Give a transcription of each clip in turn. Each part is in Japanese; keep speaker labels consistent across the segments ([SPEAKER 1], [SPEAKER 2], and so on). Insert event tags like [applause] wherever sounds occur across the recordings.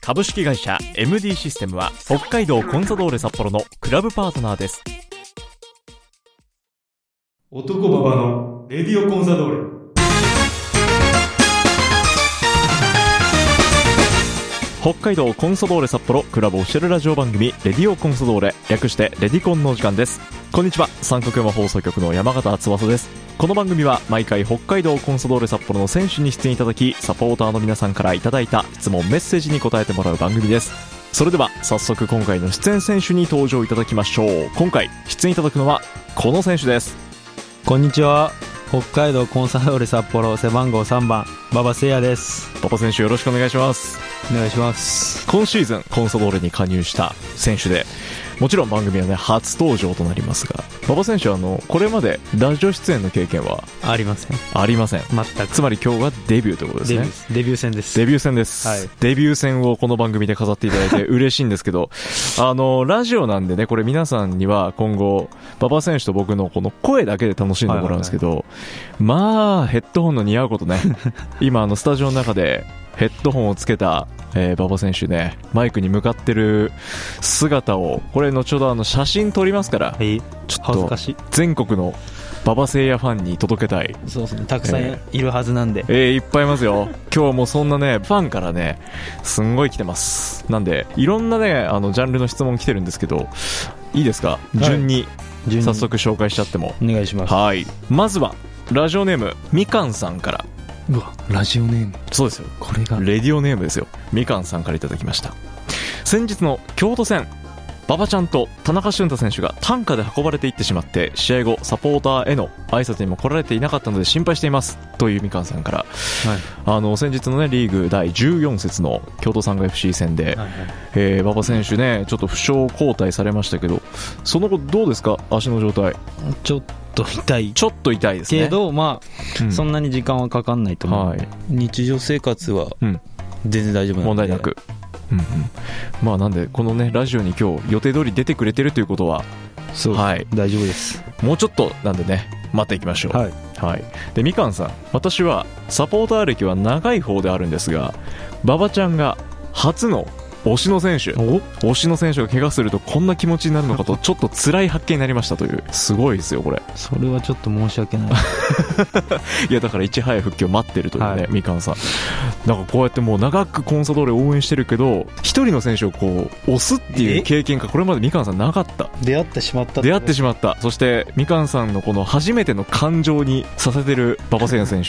[SPEAKER 1] 株式会社 MD システムは北海道コンソドーレ札幌のクラブパートナーです。
[SPEAKER 2] 男馬場のレディオコンサドーレ。
[SPEAKER 1] 北海道コンソドーレ札幌クラブオフィシャルラジオ番組レディオコンソドーレ略してレディコンのお時間ですこんにちは三角山放送局の山形翼ですこの番組は毎回北海道コンソドーレ札幌の選手に出演いただきサポーターの皆さんからいただいた質問メッセージに答えてもらう番組ですそれでは早速今回の出演選手に登場いただきましょう今回出演いただくのはこの選手です
[SPEAKER 3] こんにちは北海道コンサドーレ札幌背番号3番馬場誠也です
[SPEAKER 1] 馬場選手よろしくお願いします
[SPEAKER 3] お願いします
[SPEAKER 1] 今シーズンコンソドーレに加入した選手でもちろん番組はね初登場となりますが馬場選手はあのこれまでラジオ出演の経験は
[SPEAKER 3] ありません
[SPEAKER 1] ありません
[SPEAKER 3] 全く
[SPEAKER 1] つまり今日がデビューということです
[SPEAKER 3] デビュ
[SPEAKER 1] ね
[SPEAKER 3] ーデビュー戦です
[SPEAKER 1] デビュー戦です、
[SPEAKER 3] はい
[SPEAKER 1] デビュー戦をこの番組で飾っていただいて
[SPEAKER 3] [laughs]
[SPEAKER 1] 嬉しいんですけどあのラジオなんでねこれ皆さんには今後馬場選手と僕のこの声だけで楽しんでもらうんですけど、まあヘッドホンの似合うこと
[SPEAKER 3] [laughs]
[SPEAKER 1] ね今あのスタジオの中でヘッドホンをつけた、えー馬場選手ねマイクに向かってる姿をこれ後ほどあの写真撮りますから
[SPEAKER 3] はい
[SPEAKER 1] ち
[SPEAKER 3] 恥ず
[SPEAKER 1] ょっ
[SPEAKER 3] か
[SPEAKER 1] と
[SPEAKER 3] しい
[SPEAKER 1] 全国の馬場聖也ファンに届けたい
[SPEAKER 3] そうですねたくさん
[SPEAKER 1] え
[SPEAKER 3] いるはずなんで、
[SPEAKER 1] えーいっぱいいますよ。今日はもうそんなね、ファンからね、すんごい来てます。なんで、いろんなね、あの、ジャンルの質問来てるんですけど、いいですか
[SPEAKER 3] い
[SPEAKER 1] 順に、
[SPEAKER 3] 順に
[SPEAKER 1] 早速紹介しちゃっても。
[SPEAKER 3] お願いします
[SPEAKER 1] はい。まずは、ラジオネーム、みかんさんから。
[SPEAKER 3] うわラジオネーム
[SPEAKER 1] そうですよ。
[SPEAKER 3] これが
[SPEAKER 1] レディオネームですよ。みかんさんからいただきました。先日の京都戦、馬場ちゃんと田中俊太選手が担架で運ばれていってしまって、試合後、サポーターへの挨拶にも来られていなかったので心配しています。というみかんさんから、あの先日の、ね、リーグ第14節の京都サンガ FC 戦で、
[SPEAKER 3] はいはい
[SPEAKER 1] えー馬場選手ね、ちょっと負傷交代されましたけど、その後、どうですか、足の状態、
[SPEAKER 3] ちょっと痛い
[SPEAKER 1] ちょっと痛いですね。
[SPEAKER 3] けど、ま
[SPEAKER 1] う
[SPEAKER 3] あ
[SPEAKER 1] ん
[SPEAKER 3] そんなに時間はかかんないと思う、
[SPEAKER 1] はい、
[SPEAKER 3] 日常生活は
[SPEAKER 1] うん
[SPEAKER 3] 全然大丈夫なんで
[SPEAKER 1] 問題なく、うんうんまあ、なんで、この、ね、ラジオに今日予定通り出てくれてるということは、
[SPEAKER 3] そう、
[SPEAKER 1] はい
[SPEAKER 3] 大丈夫です
[SPEAKER 1] もうちょっとなんでね、待っていきましょう。
[SPEAKER 3] はい
[SPEAKER 1] はい、でみかんさん、私はサポーター歴は長い方であるんですが、馬場ちゃんが初の推しの選手。
[SPEAKER 3] お
[SPEAKER 1] 推しの選手が怪我するとこんな気持ちになるのか
[SPEAKER 3] [laughs]
[SPEAKER 1] とちょっと辛い発見になりましたというすごいですよこれ
[SPEAKER 3] それはちょっと申し訳ない
[SPEAKER 1] いやだからいち早い復帰を待ってるというね、
[SPEAKER 3] はい
[SPEAKER 1] みかんさんなんかこうやってもう長くコンサドーレ応援してるけど一人の選手をこう押すっていう
[SPEAKER 3] え
[SPEAKER 1] 経験がこれまでみかんさんなかった
[SPEAKER 3] [laughs] 出会ってしまった
[SPEAKER 1] 出会ってしまったそしてみかんさんのこの初めての感情にさせてる馬場選手ね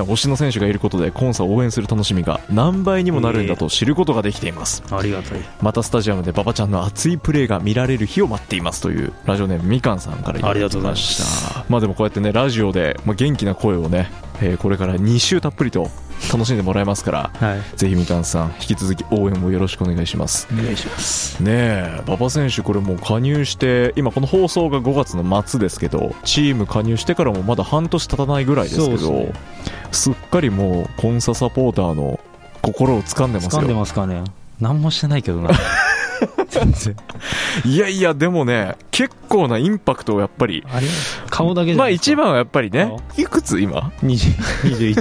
[SPEAKER 1] 推しの選手がいることでコンサを応援する楽しみが何倍にもなるんだと知ることができています、
[SPEAKER 3] まありがたい
[SPEAKER 1] またスタジアムで馬場ちゃんの熱いプレーが見られる日を待っていますというラジオネームみかんさんからいただきました
[SPEAKER 3] ありがとうございます
[SPEAKER 1] まあでもこうやってねラジオで、まあ、元気な声をね、えーこれから2週たっぷりと楽しんでもらえますから
[SPEAKER 3] はい
[SPEAKER 1] ぜひみかんさん引き続き応援をよろしくお願いします
[SPEAKER 3] お願いします
[SPEAKER 1] ねえ馬場選手これもう加入して今この放送が5月の末ですけどチーム加入してからもまだ半年経たないぐらいですけどす
[SPEAKER 3] そうですね
[SPEAKER 1] っかりもうコンササポーターの心を掴んでます
[SPEAKER 3] 掴んで
[SPEAKER 1] よ
[SPEAKER 3] ますかね何もしてないけどな全然
[SPEAKER 1] いやいやでもね結構なインパクトをやっぱり
[SPEAKER 3] あれ顔だけじゃ
[SPEAKER 1] ま
[SPEAKER 3] な
[SPEAKER 1] あ
[SPEAKER 3] いです
[SPEAKER 1] 一
[SPEAKER 3] か
[SPEAKER 1] 番はやっぱりね、いくつ今
[SPEAKER 3] 20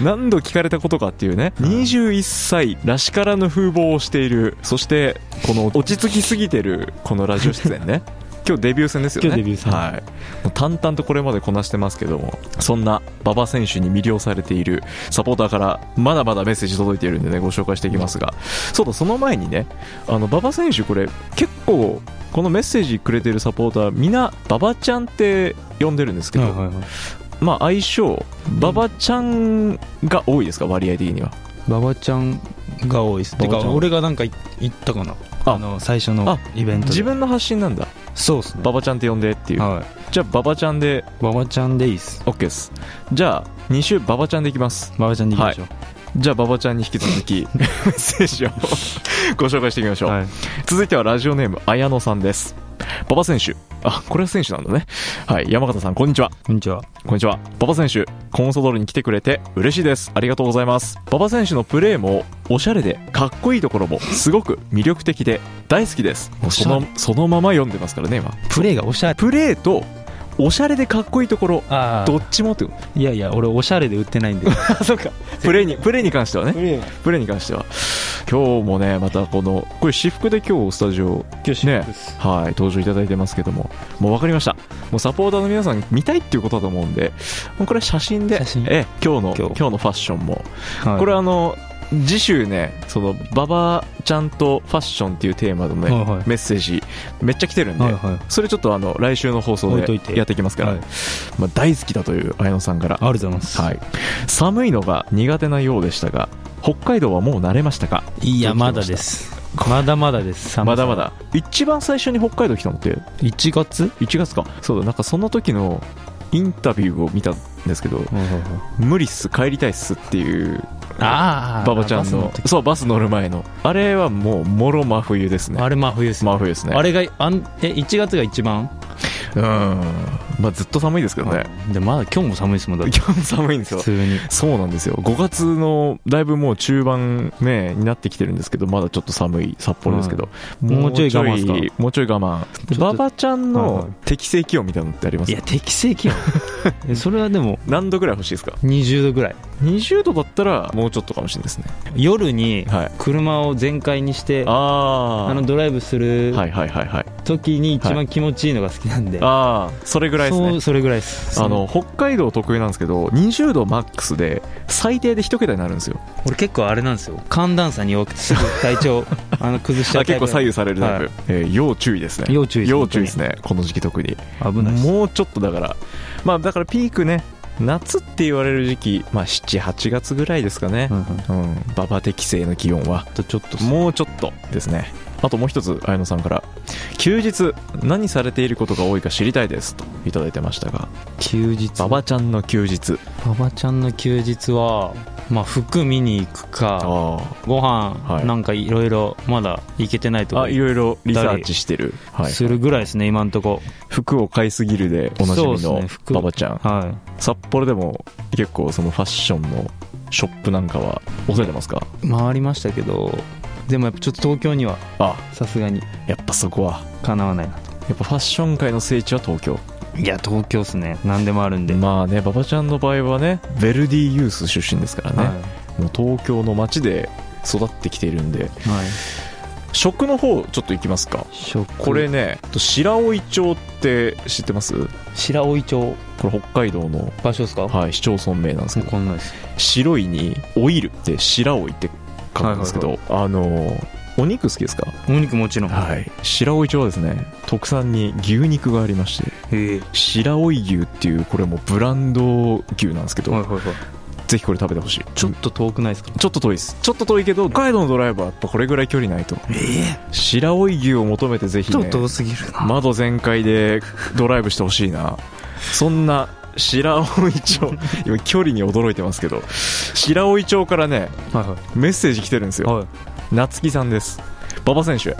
[SPEAKER 3] 21
[SPEAKER 1] 何度聞かれたことかっていうね、
[SPEAKER 3] うん
[SPEAKER 1] 21歳らしからぬ風貌をしている、そしてこの落ち着きすぎてるこのラジオ出
[SPEAKER 3] [laughs]
[SPEAKER 1] 演ね。今日デビュー戦ですよね。
[SPEAKER 3] 今日デビュー戦
[SPEAKER 1] はい。もう淡々とこれまでこなしてますけども、そんな馬場選手に魅了されているサポーターからまだまだメッセージ届いているんでね、ご紹介していきますが、そうだ、その前にね、あの馬場選手、これ結構、このメッセージくれてるサポーター、みんな、馬場ちゃんって呼んでるんですけど、
[SPEAKER 3] はいはいはい
[SPEAKER 1] まあ、相性、馬場ちゃんが多いですか、割合的には。
[SPEAKER 3] 馬場ちゃんが多いですて
[SPEAKER 1] 馬場
[SPEAKER 3] か
[SPEAKER 1] ちゃん
[SPEAKER 3] 俺がなんかい言ったかな
[SPEAKER 1] あ
[SPEAKER 3] あの最初
[SPEAKER 1] あ
[SPEAKER 3] のイベントで
[SPEAKER 1] 自分の発信なんだ、
[SPEAKER 3] そうですね
[SPEAKER 1] 馬場ちゃんって呼んでっていう、
[SPEAKER 3] はい
[SPEAKER 1] じゃあ、馬場ちゃんで
[SPEAKER 3] 馬場ちゃんでいいっす
[SPEAKER 1] OK です、じゃあ、2週、馬場ちゃんでいきます、
[SPEAKER 3] 馬場ちゃんでいきましょう、
[SPEAKER 1] じゃあ馬場ちゃんに引き続
[SPEAKER 3] [laughs]
[SPEAKER 1] きメッセージをご紹介していきましょう、
[SPEAKER 3] はい、
[SPEAKER 1] 続いてはラジオネーム綾野さんです馬場選手あこれは選手なんだねはい山形さんこんにちは
[SPEAKER 3] こんにちは
[SPEAKER 1] こんにちは。馬場選手、コンソドールに来てくれて嬉しいです。ありがとうございます。馬場選手のプレーもおしゃれでかっこいいところもすごく魅力的で大好きです。もうそ
[SPEAKER 3] おし
[SPEAKER 1] のそのまま読んでますからね、今。
[SPEAKER 3] プレーがおしゃれ
[SPEAKER 1] プレーとおしゃれでかっこいいところ、
[SPEAKER 3] あ
[SPEAKER 1] どっちもってこ
[SPEAKER 3] いやいや俺おしゃれで売ってないん [laughs] で
[SPEAKER 1] と。 [laughs] そうか。プレー
[SPEAKER 3] [laughs]
[SPEAKER 1] に、プレーに関してはね。
[SPEAKER 3] レー
[SPEAKER 1] プレーに関しては。今日もね、またこの、これ私服で今日スタジオ
[SPEAKER 3] 今日
[SPEAKER 1] ねはい、登場いただいてますけども、もう分かりました、もうサポーターの皆さん、見たいっていうことだと思うんで、もうこれは写真で、
[SPEAKER 3] 写真
[SPEAKER 1] ええ今日の
[SPEAKER 3] 今
[SPEAKER 1] 今
[SPEAKER 3] 日
[SPEAKER 1] 日のファッションも、
[SPEAKER 3] はい、
[SPEAKER 1] これ、あの次週ね、その馬場ちゃんとファッションっていうテーマのね、
[SPEAKER 3] はいはい
[SPEAKER 1] メッセージ、めっちゃ来てるんで、
[SPEAKER 3] はいはい
[SPEAKER 1] それちょっとあの来週の放送
[SPEAKER 3] 置いと
[SPEAKER 1] で
[SPEAKER 3] いて
[SPEAKER 1] やっていきますから、
[SPEAKER 3] はい
[SPEAKER 1] まあ、大好きだという綾野さんから
[SPEAKER 3] ありがとうございます、
[SPEAKER 1] はい、寒いのが苦手なようでしたが、北海道はもう慣れましたか
[SPEAKER 3] い、やまだですまだまだです寒
[SPEAKER 1] ま
[SPEAKER 3] さ
[SPEAKER 1] だまだ一番最初に北海道来たのって
[SPEAKER 3] 1月
[SPEAKER 1] 1月かそうだなんかその時のインタビューを見たんですけど無理っす帰りたいっすっていう
[SPEAKER 3] ああ
[SPEAKER 1] 馬場ちゃんのそうバス乗る前のあれはもうもろ真冬ですね
[SPEAKER 3] あれ真冬ですね、
[SPEAKER 1] 真冬ですね
[SPEAKER 3] あれがあんえ1月が一番
[SPEAKER 1] うんまあずっと寒いですけどね
[SPEAKER 3] でまだ今日も寒いですもんだって
[SPEAKER 1] 今日も寒いんですよ
[SPEAKER 3] 普通に
[SPEAKER 1] そうなんですよ5月のだいぶもう中盤ねになってきてるんですけどまだちょっと寒い札幌ですけど、
[SPEAKER 3] もうちょい我慢っすか
[SPEAKER 1] もうちょい我
[SPEAKER 3] ちょっ
[SPEAKER 1] 慢
[SPEAKER 3] と
[SPEAKER 1] 馬場ちゃん
[SPEAKER 3] はいは
[SPEAKER 1] の
[SPEAKER 3] い
[SPEAKER 1] 適正気温みたいなのってありま
[SPEAKER 3] い
[SPEAKER 1] す
[SPEAKER 3] や適正気温 [laughs] えそれはでも
[SPEAKER 1] 何度ぐらい欲しいですか
[SPEAKER 3] 20度ぐらい
[SPEAKER 1] 20度だったらもうちょっとかもしれないですね
[SPEAKER 3] 夜に
[SPEAKER 1] はい
[SPEAKER 3] 車を全開にしてあ
[SPEAKER 1] ああ
[SPEAKER 3] のドライブする
[SPEAKER 1] はいはいはいはい
[SPEAKER 3] 時に一番気持ちいいのが好きなんで、
[SPEAKER 1] ああそれぐらいです
[SPEAKER 3] そ
[SPEAKER 1] ね
[SPEAKER 3] うそれぐらいです
[SPEAKER 1] あの北海道得意なんですけど20度マックスで最低で一桁になるんですよ
[SPEAKER 3] 俺結構あれなんですよ寒暖差に弱くてすぐ体
[SPEAKER 1] [laughs]
[SPEAKER 3] 調あの崩しちゃ
[SPEAKER 1] あ
[SPEAKER 3] うタイ
[SPEAKER 1] 結
[SPEAKER 3] プ
[SPEAKER 1] 構左右されるタイプ、
[SPEAKER 3] は
[SPEAKER 1] えー要注意ですね
[SPEAKER 3] 要注意です
[SPEAKER 1] 要注意ですねこの時期特に
[SPEAKER 3] 危ないです
[SPEAKER 1] もうちょっとだからまあだからピークね夏って言われる時期、まあ、78月ぐらいですかね
[SPEAKER 3] うんうん
[SPEAKER 1] うん馬場適正の気温は
[SPEAKER 3] あとちょっと
[SPEAKER 1] もうちょっとですねあともう一つ綾野さんから休日何されていることが多いか知りたいですといただいてましたが
[SPEAKER 3] 休日
[SPEAKER 1] 馬場ちゃんの休日
[SPEAKER 3] 馬場ちゃんの休日は、まあ、服見に行くか
[SPEAKER 1] あ
[SPEAKER 3] ご飯、
[SPEAKER 1] はい
[SPEAKER 3] なんかいろいろまだ行けてないと
[SPEAKER 1] あ
[SPEAKER 3] こ
[SPEAKER 1] いろいろリサーチしてる、はい、
[SPEAKER 3] するぐらいですね今んとこ
[SPEAKER 1] 服を買いすぎるでおなじみ
[SPEAKER 3] そうです
[SPEAKER 1] の
[SPEAKER 3] ね服
[SPEAKER 1] 馬場ちゃん、
[SPEAKER 3] は
[SPEAKER 1] 札幌でも結構そのファッションのショップなんかは抑えてますか
[SPEAKER 3] い回りましたけどでもやっぱちょっと東京には
[SPEAKER 1] あ
[SPEAKER 3] さすがに
[SPEAKER 1] やっぱそこは
[SPEAKER 3] かなわないな
[SPEAKER 1] やっぱファッション界の聖地は東京
[SPEAKER 3] いや東京っすね何でもあるんで、
[SPEAKER 1] まあね馬場ちゃんの場合はねヴェルディユース出身ですからね、
[SPEAKER 3] はい
[SPEAKER 1] もう東京の街で育ってきているんで
[SPEAKER 3] はい、
[SPEAKER 1] 食の方ちょっと行きますか
[SPEAKER 3] 食
[SPEAKER 1] これね白老町って知ってます
[SPEAKER 3] 白老町
[SPEAKER 1] これ北海道の、
[SPEAKER 3] 場所ですか
[SPEAKER 1] はい、市町村名なんですけど
[SPEAKER 3] こんなんです
[SPEAKER 1] 白いにオイルって白老って書くんですけど、あのお肉好きですか
[SPEAKER 3] お肉もちろん、
[SPEAKER 1] はい白老町はですね特産に牛肉がありまして
[SPEAKER 3] へえ
[SPEAKER 1] 白老牛っていうこれもうブランド牛なんですけど、
[SPEAKER 3] はいはいはい
[SPEAKER 1] ぜひこれ食べてほしい
[SPEAKER 3] ちょっと遠くないですか
[SPEAKER 1] ちょっと遠いですちょっと遠いけど北海道のドライバーはやっぱこれぐらい距離ないと
[SPEAKER 3] ええ
[SPEAKER 1] 白老牛を求めてぜひ、ね、
[SPEAKER 3] すぎるな
[SPEAKER 1] 窓全開でドライブしてほしいなそんな白老 [laughs] 町今距離に驚いてますけど白老町からね
[SPEAKER 3] はいは
[SPEAKER 1] メッセージ来てるんです
[SPEAKER 3] い
[SPEAKER 1] よ
[SPEAKER 3] はい
[SPEAKER 1] 夏希さんです馬場選手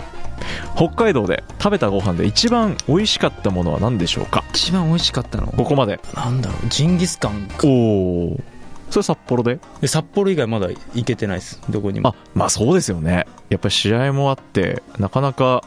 [SPEAKER 1] 北海道で食べたご飯で一番美味しかったものは何でしょうか
[SPEAKER 3] 一番美味しかったの
[SPEAKER 1] ここまで
[SPEAKER 3] なんだろうジンギスカン
[SPEAKER 1] おおそれ札幌で
[SPEAKER 3] で札幌以外まだ行けてないですどこにも
[SPEAKER 1] あまあそうですよねやっぱり試合もあってなかなか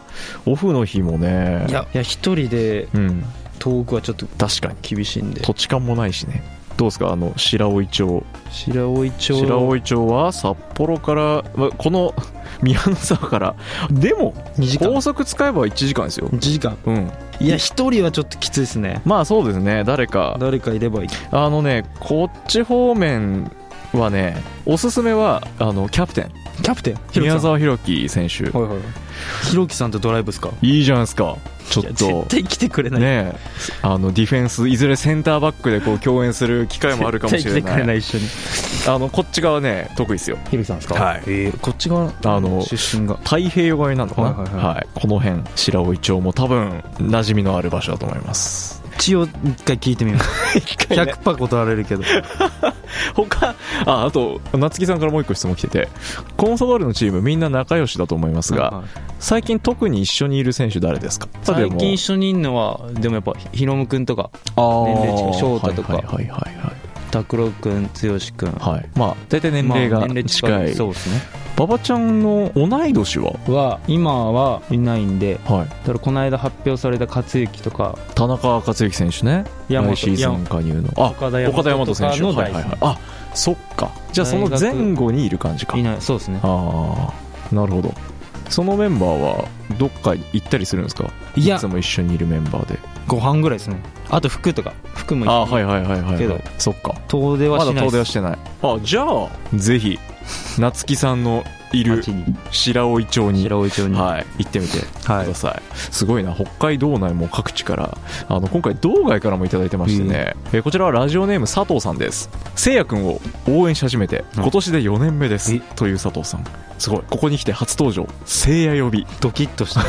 [SPEAKER 1] オフの日もね
[SPEAKER 3] いやいや一人で
[SPEAKER 1] うん
[SPEAKER 3] 遠くはちょっと
[SPEAKER 1] 確かに
[SPEAKER 3] 厳しいんで
[SPEAKER 1] 土地勘もないしねどうですかあの白老町
[SPEAKER 3] 白老町
[SPEAKER 1] 白老町は札幌から、まあ、この [laughs] 宮の沢からでも
[SPEAKER 3] 2時間
[SPEAKER 1] 高速使えば1時間ですよ
[SPEAKER 3] 1時間
[SPEAKER 1] うん
[SPEAKER 3] いや一人はちょっときついですね
[SPEAKER 1] まあそうですね誰か
[SPEAKER 3] 誰かいればいい
[SPEAKER 1] あのねこっち方面はねおすすめはあのキャプテン
[SPEAKER 3] キャプテンひろきさ
[SPEAKER 1] 宮
[SPEAKER 3] んは
[SPEAKER 1] 沢宏樹選手
[SPEAKER 3] いはいはいひろきさんとドライブですか
[SPEAKER 1] いいじゃないですかちょ
[SPEAKER 3] いや
[SPEAKER 1] っ
[SPEAKER 3] 絶
[SPEAKER 1] と
[SPEAKER 3] 対来てくれない
[SPEAKER 1] ねえあのディフェンスいずれセンターバックでこう共演する機会もあるかもしれ
[SPEAKER 3] 絶対来て
[SPEAKER 1] な
[SPEAKER 3] く
[SPEAKER 1] い
[SPEAKER 3] れない一緒に
[SPEAKER 1] あのこっち側ね得意ですよ
[SPEAKER 3] ひろきさんですか
[SPEAKER 1] はい
[SPEAKER 3] ええこっち側
[SPEAKER 1] あの
[SPEAKER 3] 出身が
[SPEAKER 1] 太平洋側になるのかな、
[SPEAKER 3] はいはいはい
[SPEAKER 1] この辺白老町も多分馴染みのある場所だと思います
[SPEAKER 4] 一応一回聞いてみます
[SPEAKER 1] [laughs] 一回ね
[SPEAKER 4] 100%断れるけど
[SPEAKER 1] 他ああと夏木さんからもう一個質問来ててコンサドーレのチームみんな仲良しだと思いますが最近特に一緒にいる選手誰ですか
[SPEAKER 3] 最近一
[SPEAKER 1] 緒
[SPEAKER 3] 緒にいるのはでもやっぱヒロム君とか年齢近い翔太とか
[SPEAKER 1] はいはいはいはい
[SPEAKER 3] 拓郎君剛君
[SPEAKER 1] はい、はいまあ大体年齢
[SPEAKER 3] ま
[SPEAKER 1] が
[SPEAKER 3] あ年齢
[SPEAKER 1] 近
[SPEAKER 3] 近
[SPEAKER 1] い
[SPEAKER 3] いそうですね
[SPEAKER 1] 馬場ちゃんの同い年は
[SPEAKER 3] は今はいないんで
[SPEAKER 1] はい
[SPEAKER 3] だからこの間発表された克行とか
[SPEAKER 1] 田中克之選手ね来
[SPEAKER 3] 山本
[SPEAKER 1] シーズン加入のあ
[SPEAKER 3] 岡田大和
[SPEAKER 1] 岡田大和選手
[SPEAKER 3] とかの
[SPEAKER 1] はい
[SPEAKER 3] 代
[SPEAKER 1] はい
[SPEAKER 3] 表
[SPEAKER 1] はいあそっかじゃあその前後にいる感じか
[SPEAKER 3] いないそうですね
[SPEAKER 1] ああなるほどそのメンバーはどっか行ったりするんですか
[SPEAKER 4] いや
[SPEAKER 1] つも一緒にいるメンバーで
[SPEAKER 4] ご飯ぐらいですね
[SPEAKER 3] あと服とか服も
[SPEAKER 1] ああーはいはいはいはい、はい、
[SPEAKER 3] けど
[SPEAKER 1] そっか
[SPEAKER 3] 遠出
[SPEAKER 1] ま
[SPEAKER 3] は
[SPEAKER 1] だ
[SPEAKER 3] しない
[SPEAKER 1] 遠出
[SPEAKER 3] で
[SPEAKER 1] は
[SPEAKER 3] す
[SPEAKER 1] してないあじゃあぜひ夏木さんのいる
[SPEAKER 3] 街に
[SPEAKER 1] 白老町に
[SPEAKER 3] 白老町に
[SPEAKER 1] はい、行ってみて
[SPEAKER 4] は
[SPEAKER 1] くだ
[SPEAKER 4] い
[SPEAKER 1] さい、すごいな北海道内も各地からあの今回道外からもいただいてましてね、えーこちらはラジオネーム佐藤さんですせいやくんを応援し始めて
[SPEAKER 4] うん
[SPEAKER 1] 今年で4年目です、
[SPEAKER 4] え
[SPEAKER 1] という佐藤さんすごいここに来て初登場せいや
[SPEAKER 4] [laughs]
[SPEAKER 1] 呼び
[SPEAKER 4] ドキッと
[SPEAKER 1] [laughs]
[SPEAKER 4] した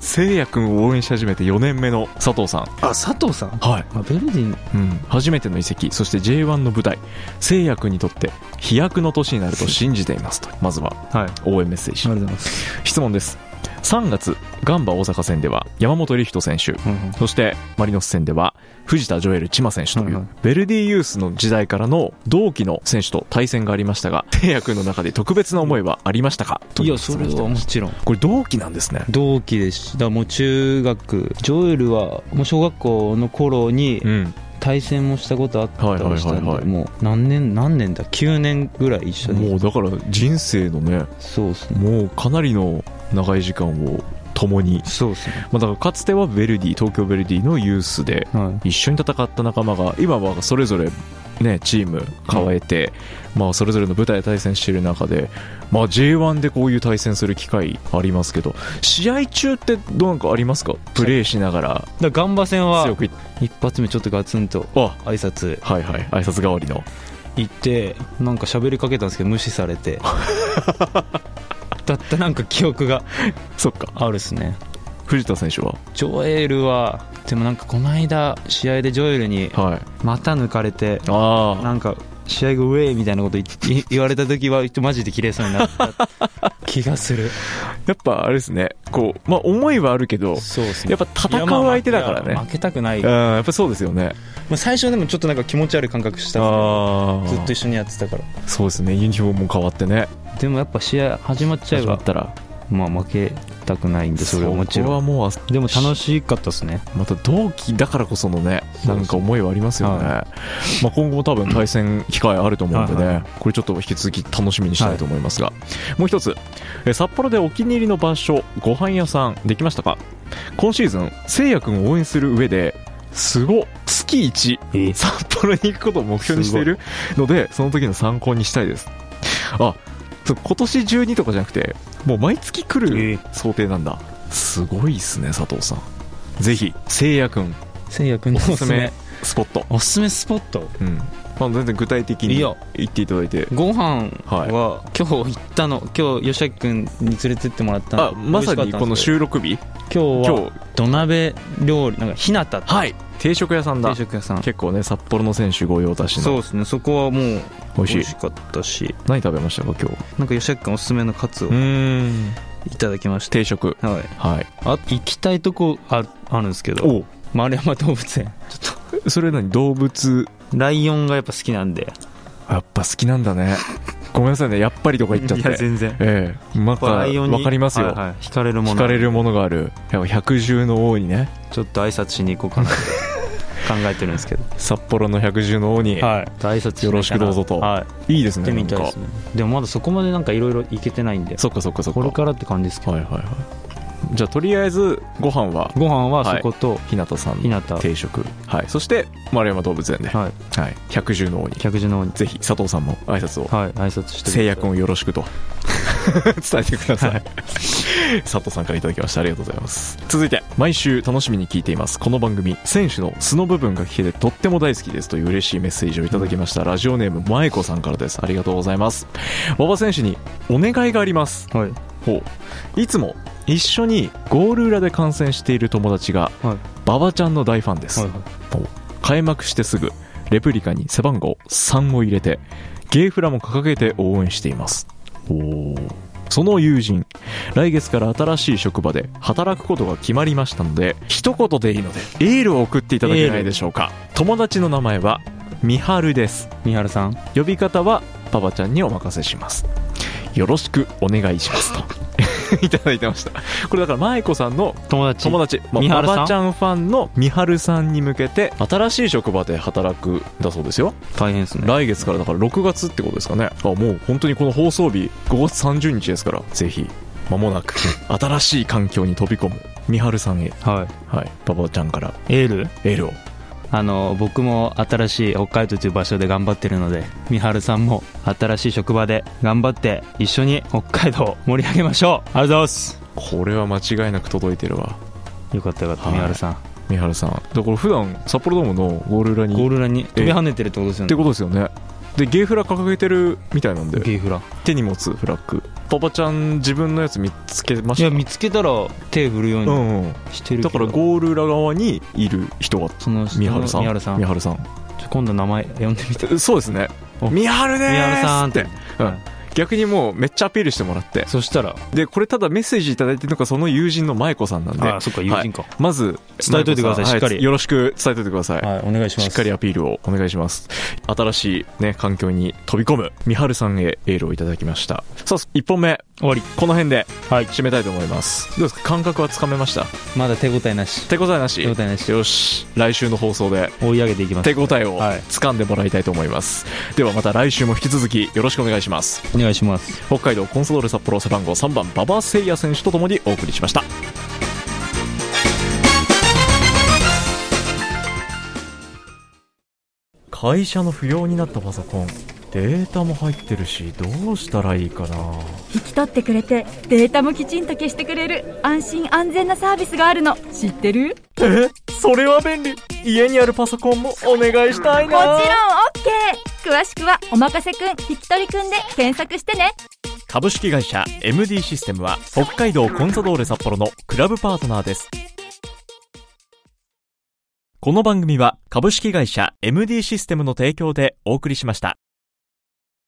[SPEAKER 1] せいやくんを応援し始めて4年目の佐藤さん
[SPEAKER 4] あ佐藤さん
[SPEAKER 1] はい、
[SPEAKER 4] まあベルディン
[SPEAKER 1] うん、初めての移籍そして J1 の舞台せいやくんにとって飛躍の年になると信じていますとまずは
[SPEAKER 4] はいありが
[SPEAKER 1] 応援メッセージ
[SPEAKER 4] とうございます
[SPEAKER 1] 質問です3月ガンバ大阪戦では山本理人選手そしてマリノス戦では藤田ジョエル千葉選手とい
[SPEAKER 4] はいは
[SPEAKER 1] う
[SPEAKER 4] い
[SPEAKER 1] ベルディユースの時代からの同期の選手と対戦がありましたが契約の中で特別な思いはありましたかと
[SPEAKER 3] いうや
[SPEAKER 1] 質
[SPEAKER 3] そ
[SPEAKER 1] 問
[SPEAKER 3] れ
[SPEAKER 1] です
[SPEAKER 3] はもちろん
[SPEAKER 1] これ同期なんですね
[SPEAKER 3] 同期ですしだからもう中学ジョエルはもう小学校の頃に
[SPEAKER 1] うん
[SPEAKER 3] 対戦もしたことあったりした
[SPEAKER 1] はいはいはい
[SPEAKER 3] ん
[SPEAKER 1] は
[SPEAKER 3] で
[SPEAKER 1] い
[SPEAKER 3] もう何年何年だ9年ぐらい一緒
[SPEAKER 1] も
[SPEAKER 3] に
[SPEAKER 1] うだから人生のね
[SPEAKER 3] そうですね
[SPEAKER 1] もうかなりの長い時間を共に、
[SPEAKER 3] そうですね
[SPEAKER 1] まあ、だからかつてはヴェルディ東京ヴェルディのユースで
[SPEAKER 3] は
[SPEAKER 1] 一緒に戦った仲間が今はそれぞれ、ね、チーム変えて、まあ、それぞれの舞台で対戦している中で、まあ、J1 でこういう対戦する機会ありますけど試合中ってどうなんかありますかプレーしながら
[SPEAKER 3] いだからガンバ戦
[SPEAKER 1] 強
[SPEAKER 3] は
[SPEAKER 1] くい
[SPEAKER 3] 一発目ちょっとガツンと
[SPEAKER 1] あ
[SPEAKER 3] 挨拶
[SPEAKER 1] はいはい挨拶代わりの
[SPEAKER 3] 行ってなんか喋りかけたんですけど無視されてだったなんか記憶が
[SPEAKER 1] そっか
[SPEAKER 3] あるっすね
[SPEAKER 1] 藤田選手は
[SPEAKER 3] ジョエルはでもなんかこの間試合でジョエルに
[SPEAKER 1] はい
[SPEAKER 3] また抜かれて
[SPEAKER 1] あ
[SPEAKER 3] なんか試合がウェイみたいなこと言い言われた時はマジで切れそうに
[SPEAKER 1] [laughs]
[SPEAKER 3] なった気がする
[SPEAKER 1] あやっぱあれですねこう、まあ、思いはあるけど
[SPEAKER 3] そうです
[SPEAKER 1] やっぱ戦う相手だからね
[SPEAKER 3] 負けたくない、
[SPEAKER 1] うん
[SPEAKER 3] ま
[SPEAKER 1] やっぱそうですよね
[SPEAKER 3] あ、最初でもちょっとなんか気持ち悪い感覚したん
[SPEAKER 1] あ
[SPEAKER 3] ですけどずっと一緒にやってたから
[SPEAKER 1] あそうですねユニフォームも変わってね
[SPEAKER 3] でもやっぱ試合始まっちゃえ
[SPEAKER 1] 始ま
[SPEAKER 3] ば
[SPEAKER 1] ったら
[SPEAKER 3] まあ負けたくないんでそれはもち
[SPEAKER 1] そこ
[SPEAKER 3] ろ
[SPEAKER 1] は
[SPEAKER 3] ん
[SPEAKER 1] もう
[SPEAKER 4] でも楽しかったですね
[SPEAKER 1] また同期だからこそのね
[SPEAKER 3] そ
[SPEAKER 1] な
[SPEAKER 3] うん
[SPEAKER 1] か思いはありますよね、
[SPEAKER 4] は
[SPEAKER 1] まあ、今後も多分対戦機会あると思うんでね、
[SPEAKER 4] はい
[SPEAKER 1] これちょっと引き続き楽しみにしたいと思いますが、もう一つえ札幌でお気に入りの場所ご飯屋さんできましたか今シーズンせいやくんを応援する上ですご月1
[SPEAKER 4] え
[SPEAKER 1] 札幌に行くことを目標にしているのでその時の参考にしたいですあそう今年中にとかじゃなくてもう毎月来
[SPEAKER 4] え
[SPEAKER 1] る
[SPEAKER 4] え
[SPEAKER 1] 想定なんだすごいっすね佐藤さんぜひせいやくん
[SPEAKER 3] せいや君
[SPEAKER 1] お
[SPEAKER 3] のお
[SPEAKER 1] す
[SPEAKER 3] す
[SPEAKER 1] す
[SPEAKER 3] す
[SPEAKER 1] め
[SPEAKER 3] め
[SPEAKER 1] スポット、
[SPEAKER 3] おすすめスポット
[SPEAKER 1] うんまあ、全然具体的に
[SPEAKER 3] いい
[SPEAKER 1] 言
[SPEAKER 3] よ
[SPEAKER 1] っていただいて
[SPEAKER 3] ご飯
[SPEAKER 1] はい
[SPEAKER 3] は今日行ったの今日吉明君に連れてってもらったの
[SPEAKER 1] あまさにこの
[SPEAKER 3] 週
[SPEAKER 1] 収録日
[SPEAKER 3] 今日
[SPEAKER 1] 今
[SPEAKER 3] は
[SPEAKER 1] 日
[SPEAKER 3] 土鍋料理なんか日向って
[SPEAKER 1] はい定食屋さんだ
[SPEAKER 3] 定食屋さん
[SPEAKER 1] 結構ね札幌の選手御用達
[SPEAKER 3] そう
[SPEAKER 1] の
[SPEAKER 3] ですねそこはもう
[SPEAKER 1] 美味しい
[SPEAKER 3] かったし
[SPEAKER 1] 何食べましたか今日
[SPEAKER 3] なんか吉明君おすすめのカツを
[SPEAKER 1] うーん
[SPEAKER 3] いただきまして、
[SPEAKER 1] 定食
[SPEAKER 3] はい、
[SPEAKER 1] はい
[SPEAKER 3] あ行きたいとこああるんですけど
[SPEAKER 1] お
[SPEAKER 3] 丸山動物園
[SPEAKER 1] それ何動物
[SPEAKER 3] ライオンがやっぱ好きなんで
[SPEAKER 1] やっぱ好きなんだねごめんなさいねやっぱりとか言っちゃっ
[SPEAKER 4] いや
[SPEAKER 1] て
[SPEAKER 4] 全然
[SPEAKER 1] ええまた
[SPEAKER 4] ライオンに
[SPEAKER 1] 分かりますよ、
[SPEAKER 4] はいはい惹かれるも
[SPEAKER 1] 惹
[SPEAKER 4] の
[SPEAKER 1] かれるものがあるやっぱ百獣の王にね
[SPEAKER 4] ちょっと挨拶しに行こう
[SPEAKER 1] [laughs]
[SPEAKER 4] かなって考えてるんですけど
[SPEAKER 1] 札幌の百獣の王に、
[SPEAKER 3] はい
[SPEAKER 4] 挨拶
[SPEAKER 1] よろしくどうぞと
[SPEAKER 4] はい
[SPEAKER 1] い、いです
[SPEAKER 3] 行っ
[SPEAKER 1] ね
[SPEAKER 3] てみたい
[SPEAKER 1] な
[SPEAKER 3] で
[SPEAKER 1] ん
[SPEAKER 3] す
[SPEAKER 1] か
[SPEAKER 3] ねでもまだそこまでなんかいろいろ行けてないんで
[SPEAKER 1] そっかそっかそっか
[SPEAKER 4] これからって感じですけど
[SPEAKER 1] はいはいはいじゃあとりあえずご飯は
[SPEAKER 4] ご飯はそこと
[SPEAKER 1] 日向さん
[SPEAKER 4] 日
[SPEAKER 1] の
[SPEAKER 4] 向
[SPEAKER 1] 定食、はい、そして丸山動物園で、は
[SPEAKER 4] はい
[SPEAKER 1] い百獣の王に
[SPEAKER 4] 客人の方に
[SPEAKER 1] ぜひ佐藤さんも挨拶を
[SPEAKER 4] はい挨拶
[SPEAKER 1] [laughs]
[SPEAKER 4] して
[SPEAKER 1] 制約をよろしくと伝えてください佐藤さんからいただきましたありがとうございます続いて毎週楽しみに聞いていますこの番組選手の素の部分が聞けてとっても大好きですという嬉しいメッセージをいただきました、ラジオネームまえこさんからですありがとうございます馬場選手にお願いがあります
[SPEAKER 4] はい
[SPEAKER 1] ほういつも一緒にゴール裏で観戦している友達が、
[SPEAKER 4] はい
[SPEAKER 1] 馬場ちゃんの大ファンです、開幕してすぐレプリカに背番号3を入れてゲーフラも掲げて応援していますおーその友人来月から新しい職場で働くことが決まりましたので一言でいいのでエールを送っていただけないでしょうか友達の名前はみはるです
[SPEAKER 3] 三原さん
[SPEAKER 1] 呼び方はパパちゃんにお任せしますよろしくお願いしますと [laughs] いただいてました [laughs] これだから舞子さんの
[SPEAKER 5] 友達
[SPEAKER 1] 友達まあ
[SPEAKER 5] みは
[SPEAKER 1] パ
[SPEAKER 5] るさん
[SPEAKER 1] パちゃんファンのみはるさんに向けて新しい職場で働くんだそうですよ
[SPEAKER 3] 大変ですね
[SPEAKER 1] 来月からだから6月ってことですかねあもう本当にこの放送日5月30日ですからぜひ間も [laughs] なく新しい環境に飛び込むみはるさんへ
[SPEAKER 3] は
[SPEAKER 1] はいパパちゃんから
[SPEAKER 3] いエール
[SPEAKER 1] エールを
[SPEAKER 3] あの僕も新しい北海道という場所で頑張ってるので三原さんも新しい職場で頑張って一緒に北海道を盛り上げましょうありがとうございます
[SPEAKER 1] これは間違いなく届いてるわ
[SPEAKER 3] よかったよかっ
[SPEAKER 1] は
[SPEAKER 3] た、
[SPEAKER 1] い
[SPEAKER 3] 三原さん
[SPEAKER 1] みはるさんだからこれ普段札幌ドームのゴール裏に
[SPEAKER 3] ゴール裏に飛び跳ねてるってことですよ
[SPEAKER 1] って
[SPEAKER 3] ね
[SPEAKER 1] ことですよねでゲーフラ掲げてるみたいなんで
[SPEAKER 3] ゲイフラ
[SPEAKER 1] 手に持つフラッグパパちゃん自分のやつ見つけま
[SPEAKER 3] い
[SPEAKER 1] し
[SPEAKER 3] や
[SPEAKER 1] た
[SPEAKER 3] 見つけたら手振るよ
[SPEAKER 1] う
[SPEAKER 3] うん
[SPEAKER 1] うん
[SPEAKER 3] にしてる
[SPEAKER 1] だ
[SPEAKER 3] け
[SPEAKER 1] か
[SPEAKER 3] ど、
[SPEAKER 1] らゴール裏側にいる人が
[SPEAKER 3] その
[SPEAKER 1] 三原さん
[SPEAKER 3] 三原さん
[SPEAKER 1] 三原さん
[SPEAKER 3] ちょ今度名前呼んでみて
[SPEAKER 1] えそうですね
[SPEAKER 3] お
[SPEAKER 1] 三原で
[SPEAKER 3] 三
[SPEAKER 1] ー
[SPEAKER 3] 原
[SPEAKER 1] す
[SPEAKER 3] さんっ
[SPEAKER 1] って
[SPEAKER 3] て、
[SPEAKER 1] うん逆にもうめっちゃアピールしてもらって
[SPEAKER 3] そしたら
[SPEAKER 1] でこれただメッセージいただいてるのがその友人の舞子さんなんで
[SPEAKER 3] あそっか友人か、
[SPEAKER 1] まず
[SPEAKER 3] 伝えといてくださ
[SPEAKER 1] 舞子
[SPEAKER 3] いしっか
[SPEAKER 1] は
[SPEAKER 3] り
[SPEAKER 1] よろしく伝えといてください
[SPEAKER 3] はい、お願いしま
[SPEAKER 1] し
[SPEAKER 3] す
[SPEAKER 1] っかりアピールをお願いします新しいね環境に飛び込む三春さんへエールをいただきましたさあ1本目
[SPEAKER 3] 終わり
[SPEAKER 1] この辺で
[SPEAKER 3] はい
[SPEAKER 1] 締めたいと思います、どうですか感覚はつかめました
[SPEAKER 3] まだ手応えなし
[SPEAKER 1] 手応えなし
[SPEAKER 3] 手応えなし
[SPEAKER 1] よし来週の放送で
[SPEAKER 3] 追い上げていきます
[SPEAKER 1] 手応えを
[SPEAKER 3] はい
[SPEAKER 1] 掴んでもらいたいと思います、ではまた来週も引き続きよろしくお願いします
[SPEAKER 3] お願いします
[SPEAKER 1] 北海道コンソドール札幌背番号3番馬場誠也選手とともにお送りしました会社の不要になったパソコンデータも入ってるしどうしたらいいかな
[SPEAKER 6] 引き取ってくれてデータもきちんと消してくれる安心安全なサービスがあるの知ってる
[SPEAKER 1] えそれは便利家にあるパソコンもお願いしたい
[SPEAKER 6] もちろん OK 詳しくは「おまかせくん引き取りくん」で検索してね
[SPEAKER 1] 株式会社 MD システムは北海道コンサドーレ札幌のクラブパートナーですこの番組は株式会社 MD システムの提供でお送りしました